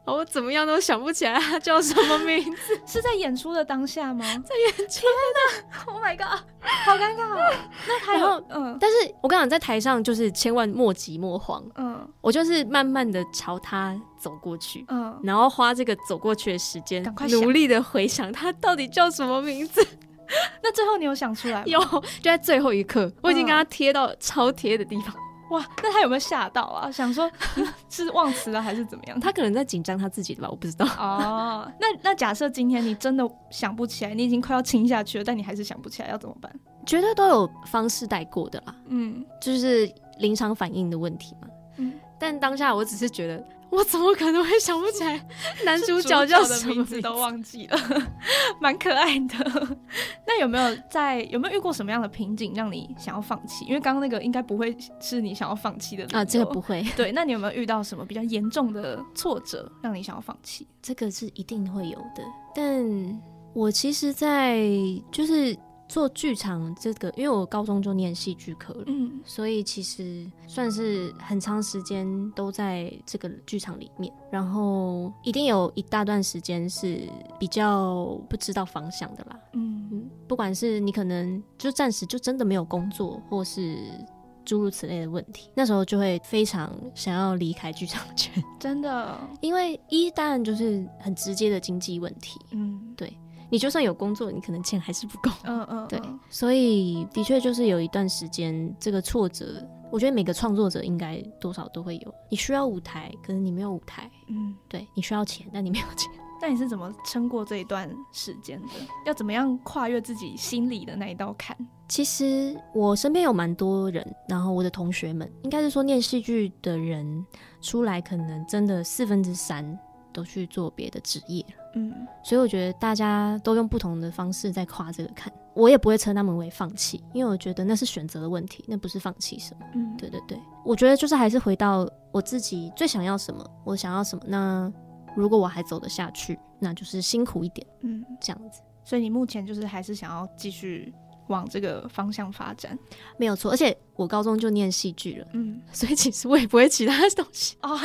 [SPEAKER 3] 然后我怎么样都想不起来他叫什么名字，
[SPEAKER 1] 是在演出的当下吗？在
[SPEAKER 3] 演
[SPEAKER 1] 出的，Oh my god，好尴尬、哦。那还
[SPEAKER 3] 然后
[SPEAKER 1] 有，嗯
[SPEAKER 3] 但是我刚刚在台上就是千万莫急莫慌，
[SPEAKER 1] 嗯
[SPEAKER 3] 我就是慢慢的朝他走过去。
[SPEAKER 1] 嗯，
[SPEAKER 3] 然后花这个走过去的时间
[SPEAKER 1] 赶快，想
[SPEAKER 3] 努力的回想他到底叫什么名 字。
[SPEAKER 1] 那最后你有想出来吗？
[SPEAKER 3] 有，就在最后一刻，我已经跟他贴到超贴的地方。
[SPEAKER 1] 哇，那他有没有吓到啊？想 说嗯是忘词了还是怎么样？
[SPEAKER 3] 他可能在紧张他自己的吧，我不知道。
[SPEAKER 1] 哦，那那假设今天你真的想不起来，你已经快要亲下去了，但你还是想不起来，要怎么办？
[SPEAKER 3] 绝对都有方式带过的啦，
[SPEAKER 1] 嗯
[SPEAKER 3] 就是临场反应的问题嘛。
[SPEAKER 1] 嗯，
[SPEAKER 3] 但当下我只是觉得，我怎么可能会想不起来男主角叫
[SPEAKER 1] 的
[SPEAKER 3] 什么
[SPEAKER 1] 名字都
[SPEAKER 3] 名
[SPEAKER 1] 忘记了，蛮可爱的。 那有没有在有没有遇过什么样的瓶颈让你想要放弃？因为刚刚那个应该不会是你想要放弃的理
[SPEAKER 3] 字啊？这个
[SPEAKER 1] 由
[SPEAKER 3] 不会，
[SPEAKER 1] 对。那你有没有遇到什么比较严重的挫折让你想要放弃？
[SPEAKER 3] 这个是一定会有的。但我其实，在就是做剧场这个，因为我高中就念戏剧科了。
[SPEAKER 1] 嗯
[SPEAKER 3] 所以其实算是很长时间都在这个剧场里面，然后一定有一大段时间是比较不知道方向的啦。
[SPEAKER 1] 嗯
[SPEAKER 3] 嗯，不管是你可能就暂时就真的没有工作，或是诸如此类的问题，那时候就会非常想要离开剧场圈，
[SPEAKER 1] 真的，
[SPEAKER 3] 因为一当然就是很直接的经济问题，
[SPEAKER 1] 嗯
[SPEAKER 3] 你就算有工作，你可能钱还是不够。
[SPEAKER 1] 嗯嗯，
[SPEAKER 3] 对
[SPEAKER 1] 嗯
[SPEAKER 3] 所以的确就是有一段时间这个挫折，我觉得每个创作者应该多少都会有。你需要舞台，可是你没有舞台；
[SPEAKER 1] 嗯。
[SPEAKER 3] 对你需要钱，但你没有钱。
[SPEAKER 1] 那你是怎么撑过这一段时间的？要怎么样跨越自己心里的那一道坎？
[SPEAKER 3] 其实我身边有蛮多人，然后我的同学们，应该是说念戏剧的人出来，可能真的四分之三都去做别的职业了。
[SPEAKER 1] 嗯
[SPEAKER 3] 所以我觉得大家都用不同的方式在跨这个坎，我也不会称他们为放弃，因为我觉得那是选择的问题，那不是放弃什么。
[SPEAKER 1] 嗯，
[SPEAKER 3] 对对对，我觉得就是还是回到我自己最想要什么，我想要什么。那如果我还走得下去，那就是辛苦一点
[SPEAKER 1] 嗯，
[SPEAKER 3] 这样子，
[SPEAKER 1] 所以你目前就是还是想要继续往这个方向发展。
[SPEAKER 3] 没有错。而且我高中就念戏剧了，
[SPEAKER 1] 嗯，
[SPEAKER 3] 所以其实我也不会其他东 西。
[SPEAKER 1] 哦，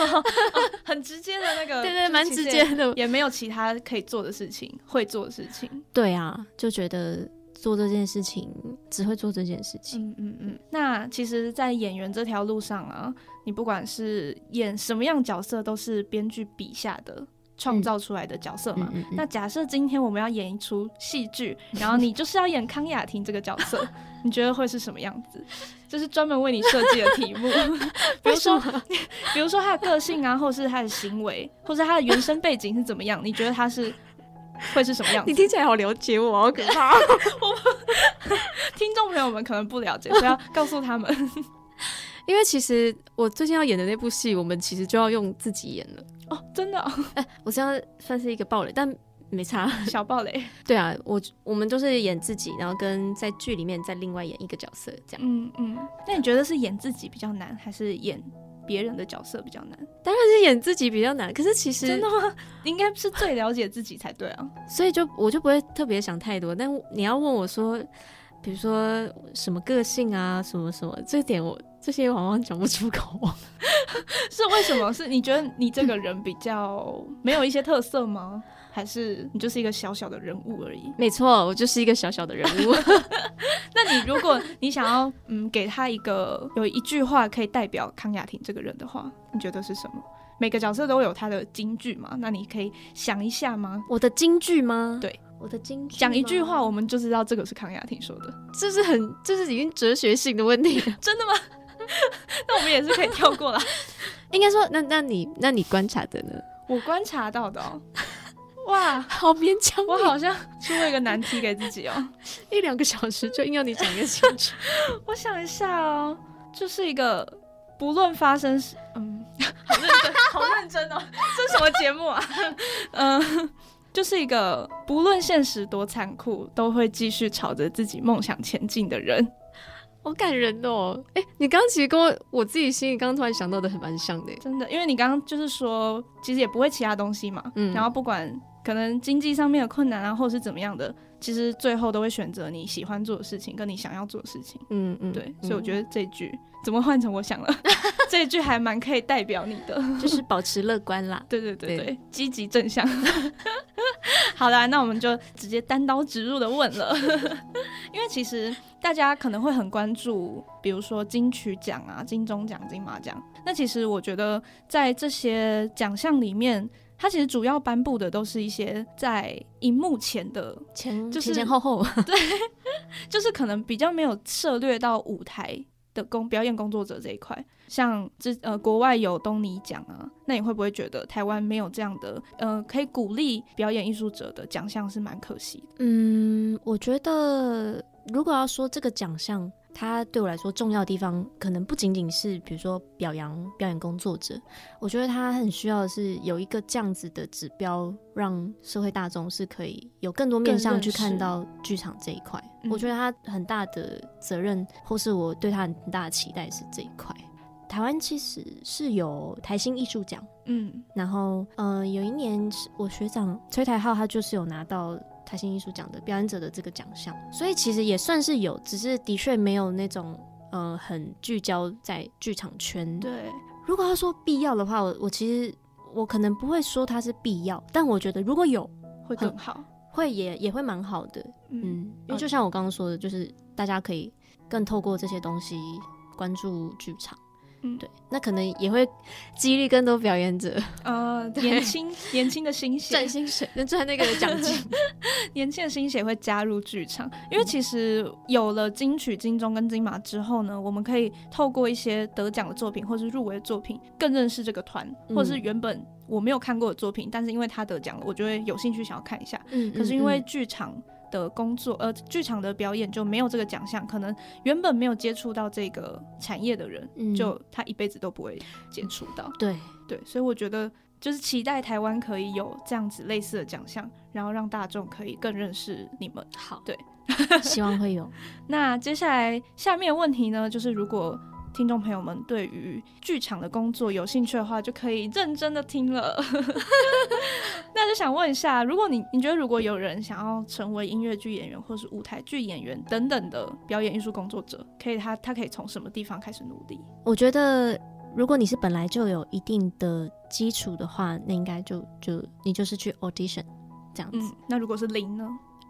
[SPEAKER 1] 很直接的那个，呃就
[SPEAKER 3] 对对，
[SPEAKER 1] 是
[SPEAKER 3] 蛮
[SPEAKER 1] 其实
[SPEAKER 3] 直
[SPEAKER 1] 也
[SPEAKER 3] 接，的。
[SPEAKER 1] 也没有其他可以做的事情，会做的事情。
[SPEAKER 3] 对啊，就觉得做这件事情只会做这件事情。
[SPEAKER 1] 嗯嗯嗯。那其实，在演员这条路上啊，你不管是演什么样角色，都是编剧笔下的创造出来的角色嘛。
[SPEAKER 3] 嗯嗯
[SPEAKER 1] 那假设今天我们要演一出戏剧，然后你就是要演康雅婷这个角色， 你觉得会是什么样子？就是专门为你设计的题目， 比如说，比如说她的个性啊，或是她的行为，或是她的原生背景是怎么样？你觉得她是会是什么样子？
[SPEAKER 4] 你听起来好了解我，好可怕。
[SPEAKER 1] 听众朋友们可能不了解，所以要告诉他们
[SPEAKER 4] 因为其实我最近要演的那部戏，我们其实就要用自己演了。
[SPEAKER 1] 哦，真的哦、
[SPEAKER 4] 我这样算是一个暴雷，但没差。
[SPEAKER 1] 小暴雷，
[SPEAKER 4] 对啊，我我们就是演自己，然后跟在剧里面再另外演一个角色这样。
[SPEAKER 1] 嗯嗯。那你觉得是演自己比较难，还是演别人的角色比较难？
[SPEAKER 4] 当然是演自己比较难，可是其实
[SPEAKER 1] 真的吗？应该是最了解自己才对啊。
[SPEAKER 4] 所以就我就不会特别想太多。但你要问我说，比如说什么个性啊，什么什么，这点我这些往往讲不出 口。
[SPEAKER 1] 是为什么？是你觉得你这个人比较没有一些特色吗？还是你就是一个小小的人物而已？
[SPEAKER 4] 没错，我就是一个小小的人物。
[SPEAKER 1] 那你如果你想要嗯给他一个有一句话可以代表康雅婷这个人的话，你觉得是什么？每个角色都有他的金句嘛，那你可以想一下吗？
[SPEAKER 4] 我的京剧吗？
[SPEAKER 1] 对，
[SPEAKER 4] 我的京剧吗
[SPEAKER 1] 讲一句话，我们就知道这个是康雅婷说的。
[SPEAKER 4] 这是很这是已经哲学性的问题了。
[SPEAKER 1] 真的吗？ 那我们也是可以跳过啦。
[SPEAKER 4] 应该说，那那你那你观察的呢？
[SPEAKER 1] 我观察到的、哦，哇，
[SPEAKER 4] 好勉强
[SPEAKER 1] 我
[SPEAKER 4] 我
[SPEAKER 1] 好像出了一个难题给自己哦。
[SPEAKER 4] 一两个小时就硬要你讲一个京 剧，
[SPEAKER 1] 我想一下哦，就是一个不论发生是嗯， 好认真，好认真哦， 这是什么节目啊？ 嗯，就是一个不论现实多残酷，都会继续朝着自己梦想前进的人。
[SPEAKER 4] 好感人哦！哎、你刚刚其实跟我我自己心里刚刚突然想到的很蛮像的耶。
[SPEAKER 1] 真的，因为你刚刚就是说，其实也不会其他东西嘛，
[SPEAKER 4] 嗯
[SPEAKER 1] 然后不管可能经济上面的困难啊，或者是怎么样的，其实最后都会选择你喜欢做的事情跟你想要做的事情。
[SPEAKER 4] 嗯嗯，
[SPEAKER 1] 对，所以我
[SPEAKER 4] 得
[SPEAKER 1] 觉得这句怎么换成我想了， 这一句还蛮可以代表你的。
[SPEAKER 4] 就是保持乐观啦。
[SPEAKER 1] 对对对对
[SPEAKER 4] 对，
[SPEAKER 1] 积极正向。 好啦，那我们就直接单刀直入的问了， 因为其实大家可能会很关注，比如说金曲奖啊、金钟奖、金马奖。那其实我觉得在这些奖项里面，它其实主要颁布的都是一些在荧幕前的，
[SPEAKER 4] 前
[SPEAKER 1] 就是
[SPEAKER 4] 前前后后，
[SPEAKER 1] 就是可能比较没有涉略到舞台的工表演工作者这一块。像之呃国外有东尼奖啊，那你会不会觉得台湾没有这样的呃可以鼓励表演艺术者的奖项是蛮可惜的？
[SPEAKER 3] 嗯，我觉得如果要说这个奖项，它对我来说重要的地方，可能不仅仅是比如说表扬表演工作者，我觉得它很需要的是有一个这样子的指标，让社会大众是可以有更多面向去看到剧场这一块。
[SPEAKER 1] 嗯
[SPEAKER 3] 我觉得它很大的责任，或是我对它很大的期待是这一块。台湾其实是有台新艺术奖。
[SPEAKER 1] 嗯
[SPEAKER 3] 然后，呃，有一年是我学长崔台浩，他就是有拿到台新艺术奖的表演者的这个奖项，所以其实也算是有，只是的确没有那种呃很聚焦在剧场圈。，
[SPEAKER 1] 对，
[SPEAKER 3] 如果要说必要的话，我我其实我可能不会说它是必要，但我觉得如果有，
[SPEAKER 1] 会更好。
[SPEAKER 3] 会也也会蛮好的。
[SPEAKER 1] 嗯，
[SPEAKER 3] 嗯，
[SPEAKER 4] 哦
[SPEAKER 3] 因为就像我刚刚说的，就是大家可以更透过这些东西关注剧场。
[SPEAKER 1] 嗯
[SPEAKER 3] 对，那可能也会激励更多表演者
[SPEAKER 1] 呃，年轻年轻的新血，
[SPEAKER 4] 赚薪水能赚那个奖金。
[SPEAKER 1] 年轻的新血会加入剧场，因为
[SPEAKER 3] 嗯
[SPEAKER 1] 其实有了金曲、金钟跟金马之后呢，我们可以透过一些得奖的作品或是入围的作品，更认识这个团，
[SPEAKER 3] 嗯
[SPEAKER 1] 或是原本我没有看过的作品，但是因为他得奖了，我就会有兴趣想要看一下。
[SPEAKER 3] 嗯，
[SPEAKER 1] 可是因
[SPEAKER 3] 嗯
[SPEAKER 1] 为剧场的工作，呃，剧场的表演就没有这个奖项，可能原本没有接触到这个产业的人，
[SPEAKER 3] 嗯
[SPEAKER 1] 就他一辈子都不会接触到。
[SPEAKER 3] 对，
[SPEAKER 1] 对，所以我觉得就是期待台湾可以有这样子类似的奖项，然后让大众可以更认识你们。
[SPEAKER 3] 好，
[SPEAKER 1] 对，
[SPEAKER 3] 希望会有。
[SPEAKER 1] 那接下来下面的问题呢，就是如果听众朋友们对于剧场的工作有兴趣的话，就可以认真的听了。 那就想问一下，如果你你觉得如果有人想要成为音乐剧演员或是舞台剧演员等等的表演艺术工作者，可以他他可以从什么地方开始努力？
[SPEAKER 3] 我觉得如果你是本来就有一定的基础的话，那应该就就你就是去 audition 这样子。
[SPEAKER 1] 嗯，那如果是零呢？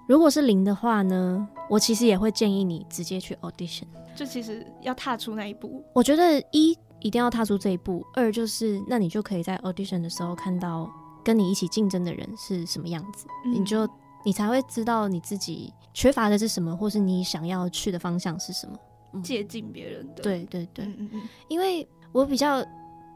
[SPEAKER 3] 如果是零的话呢，我其实也会建议你直接去 audition。
[SPEAKER 1] 就其实要踏出那一步，
[SPEAKER 3] 我觉得一一定要踏出这一步，二就是那你就可以在 audition 的时候看到
[SPEAKER 4] 跟你一起竞争的人是什么样子，
[SPEAKER 1] 嗯
[SPEAKER 4] 你就你才会知道你自己缺乏的是什么，或是你想要去的方向是什么。嗯
[SPEAKER 1] 接近别人的。
[SPEAKER 4] 对对对，
[SPEAKER 1] 嗯嗯嗯，
[SPEAKER 4] 因为我比较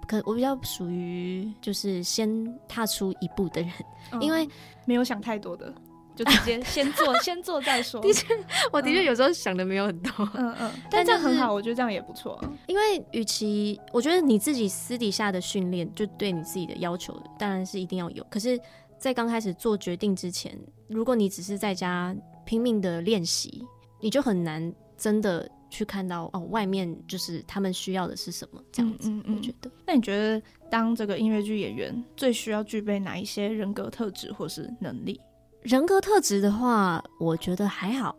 [SPEAKER 4] 可我比较属于就是先踏出一步的人，
[SPEAKER 1] 嗯
[SPEAKER 4] 因为
[SPEAKER 1] 没有想太多的，就直接先 做，先做再说。
[SPEAKER 4] 的确我
[SPEAKER 1] 的
[SPEAKER 3] 嗯
[SPEAKER 1] 确
[SPEAKER 4] 有时候想的没有很 多，
[SPEAKER 1] 嗯嗯，但
[SPEAKER 4] 但
[SPEAKER 1] 这
[SPEAKER 4] 就
[SPEAKER 1] 样很
[SPEAKER 4] 是
[SPEAKER 1] 好，我觉得这样也不错啊。
[SPEAKER 4] 因为与其我觉得你自己私底下的训练，就对你自己的要求当然是一定要有，可是，在刚开始做决定之前，如果你只是在家拼命的练习，你就很难真的去看到哦，外面就是他们需要的是什么这样子。
[SPEAKER 1] 嗯嗯嗯
[SPEAKER 4] 我觉得
[SPEAKER 1] 那你觉得当这个音乐剧演员最需要具备哪一些人格特质或是能力？
[SPEAKER 4] 人格特质的话，我觉得还好。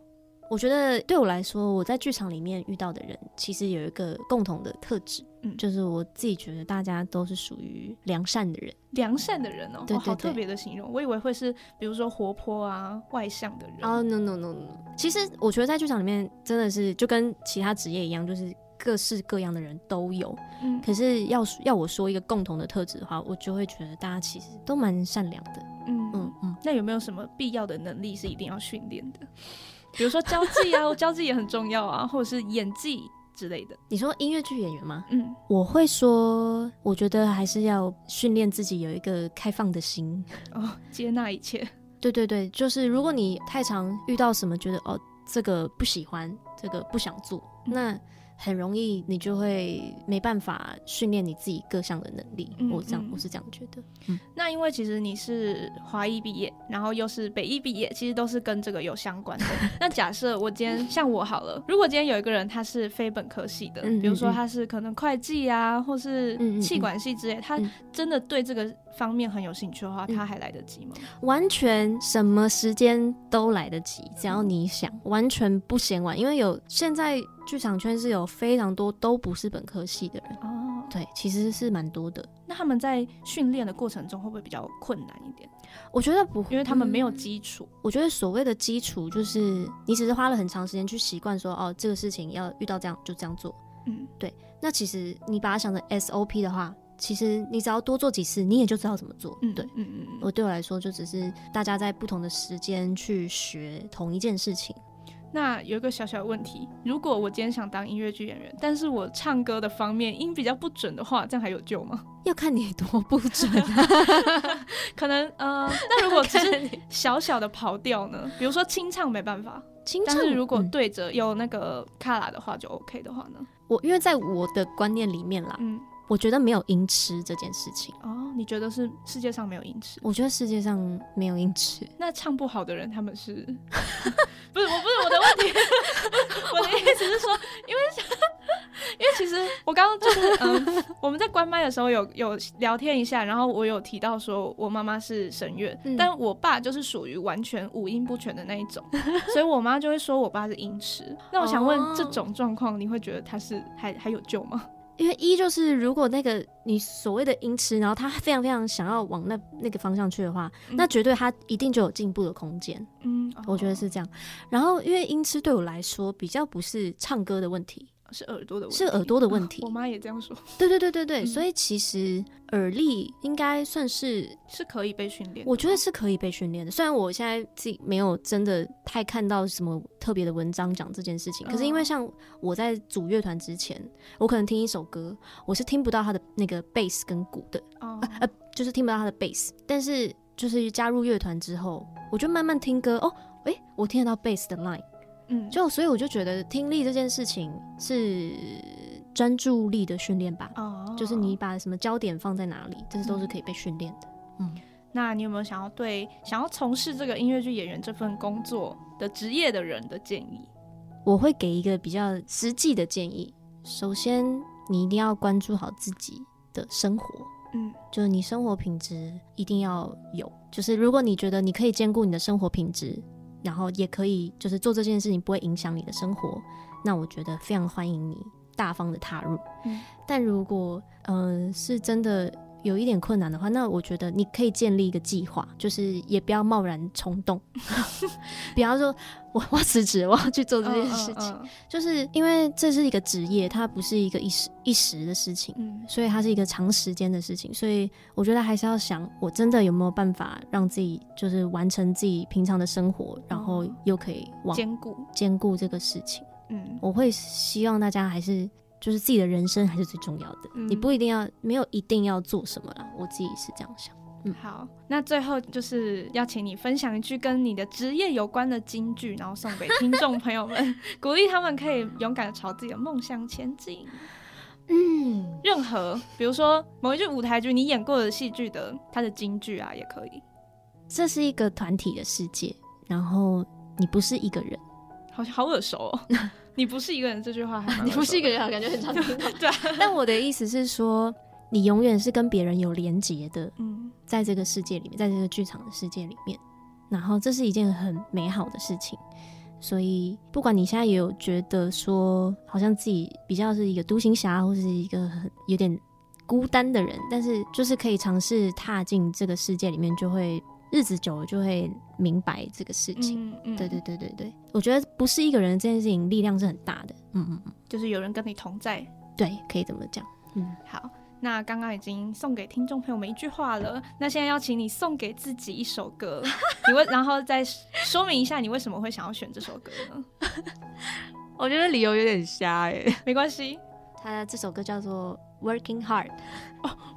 [SPEAKER 4] 我觉得对我来说，我在剧场里面遇到的人，其实有一个共同的特质，
[SPEAKER 1] 嗯
[SPEAKER 4] 就是我自己觉得大家都是属于良善的人。
[SPEAKER 1] 良善的人哦，
[SPEAKER 4] 对
[SPEAKER 1] 哦好
[SPEAKER 4] 对对
[SPEAKER 1] 特别的形容。我以为会是比如说活泼啊、外向的人。
[SPEAKER 4] 哦、n o no no no，其实我觉得在剧场里面真的是就跟其他职业一样，就是各式各样的人都有。
[SPEAKER 1] 嗯，
[SPEAKER 4] 可是要要我说一个共同的特质的话，我就会觉得大家其实都蛮善良的。
[SPEAKER 1] 嗯
[SPEAKER 4] 嗯
[SPEAKER 1] 嗯。
[SPEAKER 4] 嗯，
[SPEAKER 1] 那有没有什么必要的能力是一定要训练的？比如说交际啊，交际也很重要啊，或者是演技之类的。
[SPEAKER 4] 你说音乐剧演员吗？
[SPEAKER 1] 嗯，
[SPEAKER 4] 我会说，我觉得还是要训练自己有一个开放的心。
[SPEAKER 1] 哦，接纳一切。
[SPEAKER 4] 对对对，就是如果你太常遇到什么觉得哦这个不喜欢，这个不想做，
[SPEAKER 1] 嗯
[SPEAKER 4] 那很容易你就会没办法训练你自己各项的能力。
[SPEAKER 1] 嗯
[SPEAKER 4] 我这样
[SPEAKER 1] 嗯
[SPEAKER 4] 我是这样觉得。
[SPEAKER 1] 那因为其实你是华医毕业，然后又是北医毕业，其实都是跟这个有相关 的。那假设我今天像我好了，如果今天有一个人他是非本科系的，
[SPEAKER 4] 嗯嗯
[SPEAKER 1] 比如说
[SPEAKER 4] 嗯
[SPEAKER 1] 他是可能会计啊，或是
[SPEAKER 4] 嗯嗯
[SPEAKER 1] 气管系之类，他
[SPEAKER 4] 嗯
[SPEAKER 1] 真的对这个方面很有兴趣的话，
[SPEAKER 4] 嗯
[SPEAKER 1] 他还来得及吗？
[SPEAKER 4] 完全什么时间都来得及，只要你想，完全不嫌晚。因为有现在剧场圈是有非常多都不是本科系的人，
[SPEAKER 1] 哦，
[SPEAKER 4] 对，其实是蛮多的。
[SPEAKER 1] 那他们在训练的过程中会不会比较困难一点？
[SPEAKER 4] 我觉得不会，
[SPEAKER 1] 因为他们没有
[SPEAKER 4] 嗯
[SPEAKER 1] 基础。
[SPEAKER 4] 我觉得所谓的基础就是你只是花了很长时间去习惯说，哦，这个事情要遇到这样就这样做。
[SPEAKER 1] 嗯，
[SPEAKER 4] 那其实你把它想成 SOP 的话，其实你只要多做几次，你也就知道怎么做。
[SPEAKER 1] 嗯
[SPEAKER 4] 对。
[SPEAKER 1] 嗯嗯嗯。
[SPEAKER 4] 我对我来说，就只是大家在不同的时间去学同一件事情。
[SPEAKER 1] 那有一个小小的问题，如果我今天想当音乐剧演员，但是我唱歌的方面音比较不准的话，这样还有救 吗？
[SPEAKER 4] 要看你多 不准啊！
[SPEAKER 1] 可能呃，那如果只是
[SPEAKER 4] 是
[SPEAKER 1] 小小的跑调呢？比如说清唱没办法，
[SPEAKER 4] 清
[SPEAKER 1] 但
[SPEAKER 4] 唱，
[SPEAKER 1] 是如果
[SPEAKER 4] 嗯
[SPEAKER 1] 对着有那个卡拉的话就 OK 的话呢？
[SPEAKER 4] 我，因为在我的观念里面啦，
[SPEAKER 1] 嗯，
[SPEAKER 4] 我觉得没有音痴这件事情。
[SPEAKER 1] 哦，你觉得是世界上没有音痴？
[SPEAKER 4] 我觉得世界上没有音痴，
[SPEAKER 1] 那唱不好的人他们是？ 不是，我不是我的问题， 我的意思是说，因为因为其实我刚刚 就是嗯，我们在关麦的时候有有聊天一下，然后我有提到说我妈妈是声乐，
[SPEAKER 4] 嗯
[SPEAKER 1] 但我爸就是属于完全五音不全的那一 种，所以我妈就会说我爸是音痴。那我想问，
[SPEAKER 4] 哦
[SPEAKER 1] 这种状况你会觉得他是还还有救吗？
[SPEAKER 4] 因为一就是如果那个你所谓的音痴，然后他非常非常想要往那那个方向去的话，
[SPEAKER 1] 嗯
[SPEAKER 4] 那绝对他一定就有进步的空间。
[SPEAKER 1] 嗯，
[SPEAKER 4] 我觉得是这样。然后因为音痴对我来说比较不是唱歌的问题，
[SPEAKER 1] 是耳朵的问题，哦
[SPEAKER 4] 是耳朵的问题
[SPEAKER 1] 我妈也这样说，
[SPEAKER 4] 对对对对对，
[SPEAKER 1] 嗯
[SPEAKER 4] 所以其实耳力应该算是
[SPEAKER 1] 是可以被训练的吗。
[SPEAKER 4] 我觉得是可以被训练的，虽然我现在自己没有真的太看到什么特别的文章讲这件事情，可是因为
[SPEAKER 1] 嗯
[SPEAKER 4] 像我在组乐团之前，我可能听一首歌，我是听不到它的那个 bass 跟鼓的，
[SPEAKER 1] 哦
[SPEAKER 4] 呃，呃就是听不到它的 bass，但是就是加入乐团之后，我就慢慢听歌，哦，诶、我听得到 bass 的 line，
[SPEAKER 1] 嗯，
[SPEAKER 4] 就所以我就觉得听力这件事情是专注力的训练吧，
[SPEAKER 1] 哦，
[SPEAKER 4] 就是你把什么焦点放在哪里，这些都是可以被训练的。
[SPEAKER 1] 那你有没有想要对想要从事这个音乐剧演员这份工作的职业的人的建议？
[SPEAKER 4] 我会给一个比较实际的建议。首先，你一定要关注好自己的生活，
[SPEAKER 1] 嗯
[SPEAKER 4] 就是你生活品质一定要有。就是如果你觉得你可以兼顾你的生活品质，然后也可以就是做这件事情不会影响你的生活，那我觉得非常欢迎你大方的踏入。
[SPEAKER 1] 嗯
[SPEAKER 4] 但如果嗯、呃是真的有一点困难的话，那我觉得你可以建立一个计划，就是也不要贸然冲动， 比方说我我要辞职，我要去做这件事情，
[SPEAKER 1] 嗯
[SPEAKER 4] 就是因为这是一个职业，它不是一个一时一时的事情，
[SPEAKER 1] 嗯
[SPEAKER 4] 所以它是一个长时间的事情，所以我觉得还是要想，我真的有没有办法让自己就是完成自己平常的生活，然后又可以
[SPEAKER 1] 嗯，
[SPEAKER 4] 往
[SPEAKER 1] 兼顾，
[SPEAKER 4] 兼顾这个事情。
[SPEAKER 1] 嗯
[SPEAKER 4] 我会希望大家还是就是自己的人生还是最重要的，
[SPEAKER 1] 嗯
[SPEAKER 4] 你不一定要没有一定要做什么啦，我自己是这样想。
[SPEAKER 1] 好，那最后就是要请你分享一句跟你的职业有关的金句，然后送给听众朋友们，鼓励他们可以勇敢的朝自己的梦想前进。
[SPEAKER 4] 嗯，
[SPEAKER 1] 任何，比如说某一句舞台剧你演过的戏剧的它的金句啊，也可以。
[SPEAKER 4] 这是一个团体的世界，然后你不是一个人，
[SPEAKER 1] 好好耳熟哦，你不是一个人这句话还蛮耳熟的，
[SPEAKER 3] 你不是一个人啊，感觉很常听到。
[SPEAKER 1] 对啊，
[SPEAKER 4] 但我的意思是说，你永远是跟别人有连结的，
[SPEAKER 1] 嗯
[SPEAKER 4] 在这个世界里面，在这个剧场的世界里面，然后这是一件很美好的事情。所以，不管你现在也有觉得说，好像自己比较是一个独行侠，或是一个很有点孤单的人，但是就是可以尝试踏进这个世界里面，就会日子久了就会明白这个事情。
[SPEAKER 1] 嗯 嗯，
[SPEAKER 4] 对对，对对对，我觉得不是一个人这件事情力量是很大的。嗯嗯嗯，
[SPEAKER 1] 就是有人跟你同在，
[SPEAKER 4] 对，可以这么讲。
[SPEAKER 1] 好，那刚刚已经送给听众朋友们一句话了，那现在要请你送给自己一首歌，你为然后再说明一下你为什么会想要选这首歌呢？
[SPEAKER 3] 我觉得理由有点瞎哎、
[SPEAKER 1] 没关系。
[SPEAKER 4] 他这首歌叫做《Working Hard》。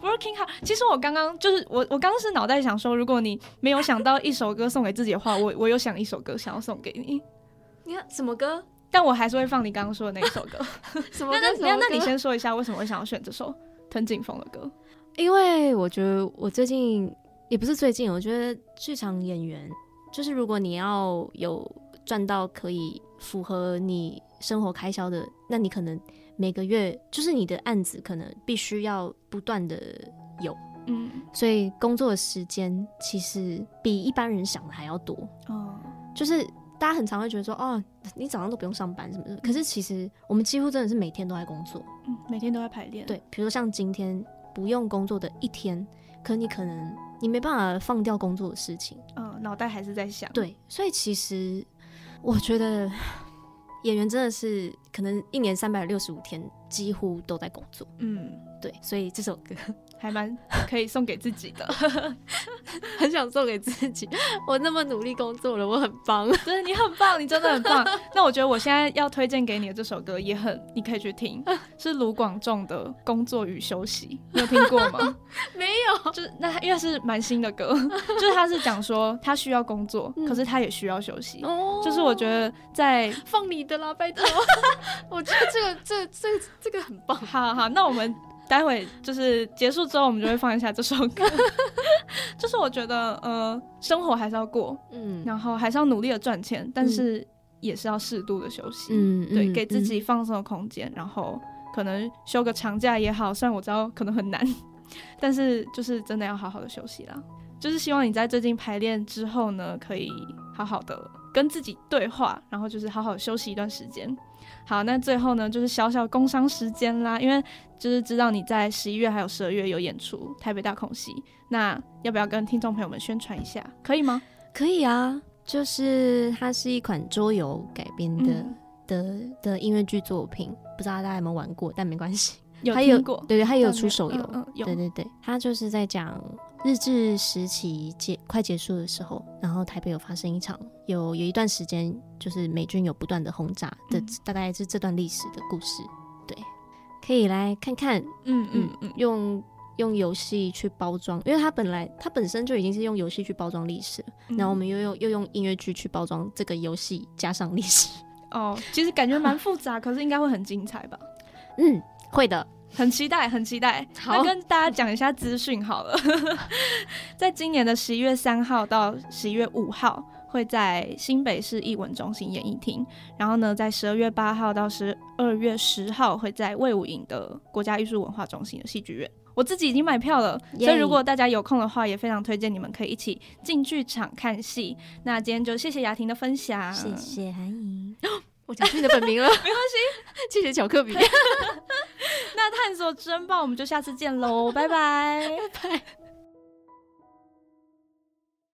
[SPEAKER 1] Working hard，其实我刚刚就是我，我刚刚是脑袋想说，如果你没有想到一首歌送给自己的话，我我有想一首歌想要送给你，
[SPEAKER 3] 你看什么歌？
[SPEAKER 1] 但我还是会放你刚刚说的那一首歌。
[SPEAKER 3] 什么
[SPEAKER 1] 那
[SPEAKER 3] 歌？
[SPEAKER 1] 那
[SPEAKER 3] 什
[SPEAKER 1] 那
[SPEAKER 3] 么
[SPEAKER 1] 那你
[SPEAKER 3] 歌
[SPEAKER 1] 先说一下为什么会想要选这首藤井风的歌？
[SPEAKER 3] 因为我觉得我最近
[SPEAKER 4] 也不是最近，我觉得剧场演员就是如果你要有赚到可以符合你生活开销的，那你可能每个月就是你的案子可能必须要不断的有，
[SPEAKER 1] 嗯，
[SPEAKER 4] 所以工作的时间其实比一般人想的还要多。
[SPEAKER 1] 哦，
[SPEAKER 4] 就是大家很常会觉得说，哦，你早上都不用上班什么的，可是其实我们几乎真的是每天都在工作。
[SPEAKER 1] 嗯，每天都在排练，，
[SPEAKER 4] 对，比如说像今天不用工作的一天，可你可能你没办法放掉工作的事情。
[SPEAKER 1] 嗯，脑袋还是在想，，
[SPEAKER 4] 对，所以其实我觉得演员真的是可能一年三百六十五天几乎都在工作。
[SPEAKER 1] 嗯，
[SPEAKER 4] 对，所以这首 歌
[SPEAKER 1] 还蛮可以送给自己的，
[SPEAKER 4] 很想送给自 己。我那么努力工作了，我很棒。
[SPEAKER 1] 真的，你很棒，你真的很棒。 那我觉得我现在要推荐给你的这首歌也很，你可以去听，是卢广仲的《工作与休息》，你有听过吗？
[SPEAKER 3] 没
[SPEAKER 1] 有，就是那它因为是蛮新的歌， 就是他是讲说他需要工作，可是他也需要休息。
[SPEAKER 3] 哦
[SPEAKER 1] 就是我觉得在
[SPEAKER 3] 放你的啦，拜 托。我觉得这个这这这个很棒。
[SPEAKER 1] 好好，那我们待会就是结束之后，我们就会放一下这首 歌。就是我觉得，呃，生活还是要过，
[SPEAKER 3] 嗯
[SPEAKER 1] 然后还是要努力的赚钱，但是也是要适度的休息。
[SPEAKER 4] 嗯，
[SPEAKER 1] 对，
[SPEAKER 4] 嗯
[SPEAKER 1] 给自、己放松的空间，然后可能休个长假也好，虽然我知道可能很难， 但是就是真的要好好的休息啦。就是希望你在最近排练之后呢，可以好好的跟自己对话，然后就是好好休息一段时间。好，那最后呢，就是小小工伤时间啦，因为就是知道你在十一月还有十二月有演出台北大空袭，那要不要跟听众朋友们宣传一下？可以吗？
[SPEAKER 4] 嗯可以啊。就是它是一款桌游改编的、
[SPEAKER 1] 嗯
[SPEAKER 4] 的的音乐剧作品，不知道大家有没有玩过，但没关系。
[SPEAKER 1] 有
[SPEAKER 4] 它有
[SPEAKER 1] 听过，
[SPEAKER 4] 对对，它也有
[SPEAKER 1] 但没
[SPEAKER 4] 出手游，
[SPEAKER 1] 嗯嗯有
[SPEAKER 4] 对对对，它就是在讲日治时期结快结束的时候，然后台北有发生一场有有一段时间，就是美军有不断的轰炸的，
[SPEAKER 1] 嗯
[SPEAKER 4] 大概是这段历史的故事，对，可以来看看，
[SPEAKER 1] 嗯嗯嗯，
[SPEAKER 4] 用用游戏去包装，因为它本来它本身就已经是用游戏去包装历史了，
[SPEAKER 1] 嗯
[SPEAKER 4] 然后我们又用又用音乐剧去包装这个游戏，加上历史，
[SPEAKER 1] 哦，其实感觉蛮复杂，可是应该会很精彩吧？
[SPEAKER 4] 嗯，会的，
[SPEAKER 1] 很期待，很期待。
[SPEAKER 4] 好
[SPEAKER 1] 那跟大家讲一下资讯好了， 在今年的十一月三号到十一月五号，会在新北市艺文中心演艺厅。然后呢，在十二月八号到十二月十号，会在魏武营的国家艺术文化中心的戏剧院。我自己已经买票了所以如果大家有空的话，也非常推荐你们可以一起进剧场看戏。那今天就谢谢雅婷的分享，
[SPEAKER 4] 谢谢韩怡。
[SPEAKER 3] 我讲出你的本名了，没关系，谢谢巧克力。
[SPEAKER 1] 那探索之恩报，我们就下次见喽，拜拜。
[SPEAKER 3] 拜拜。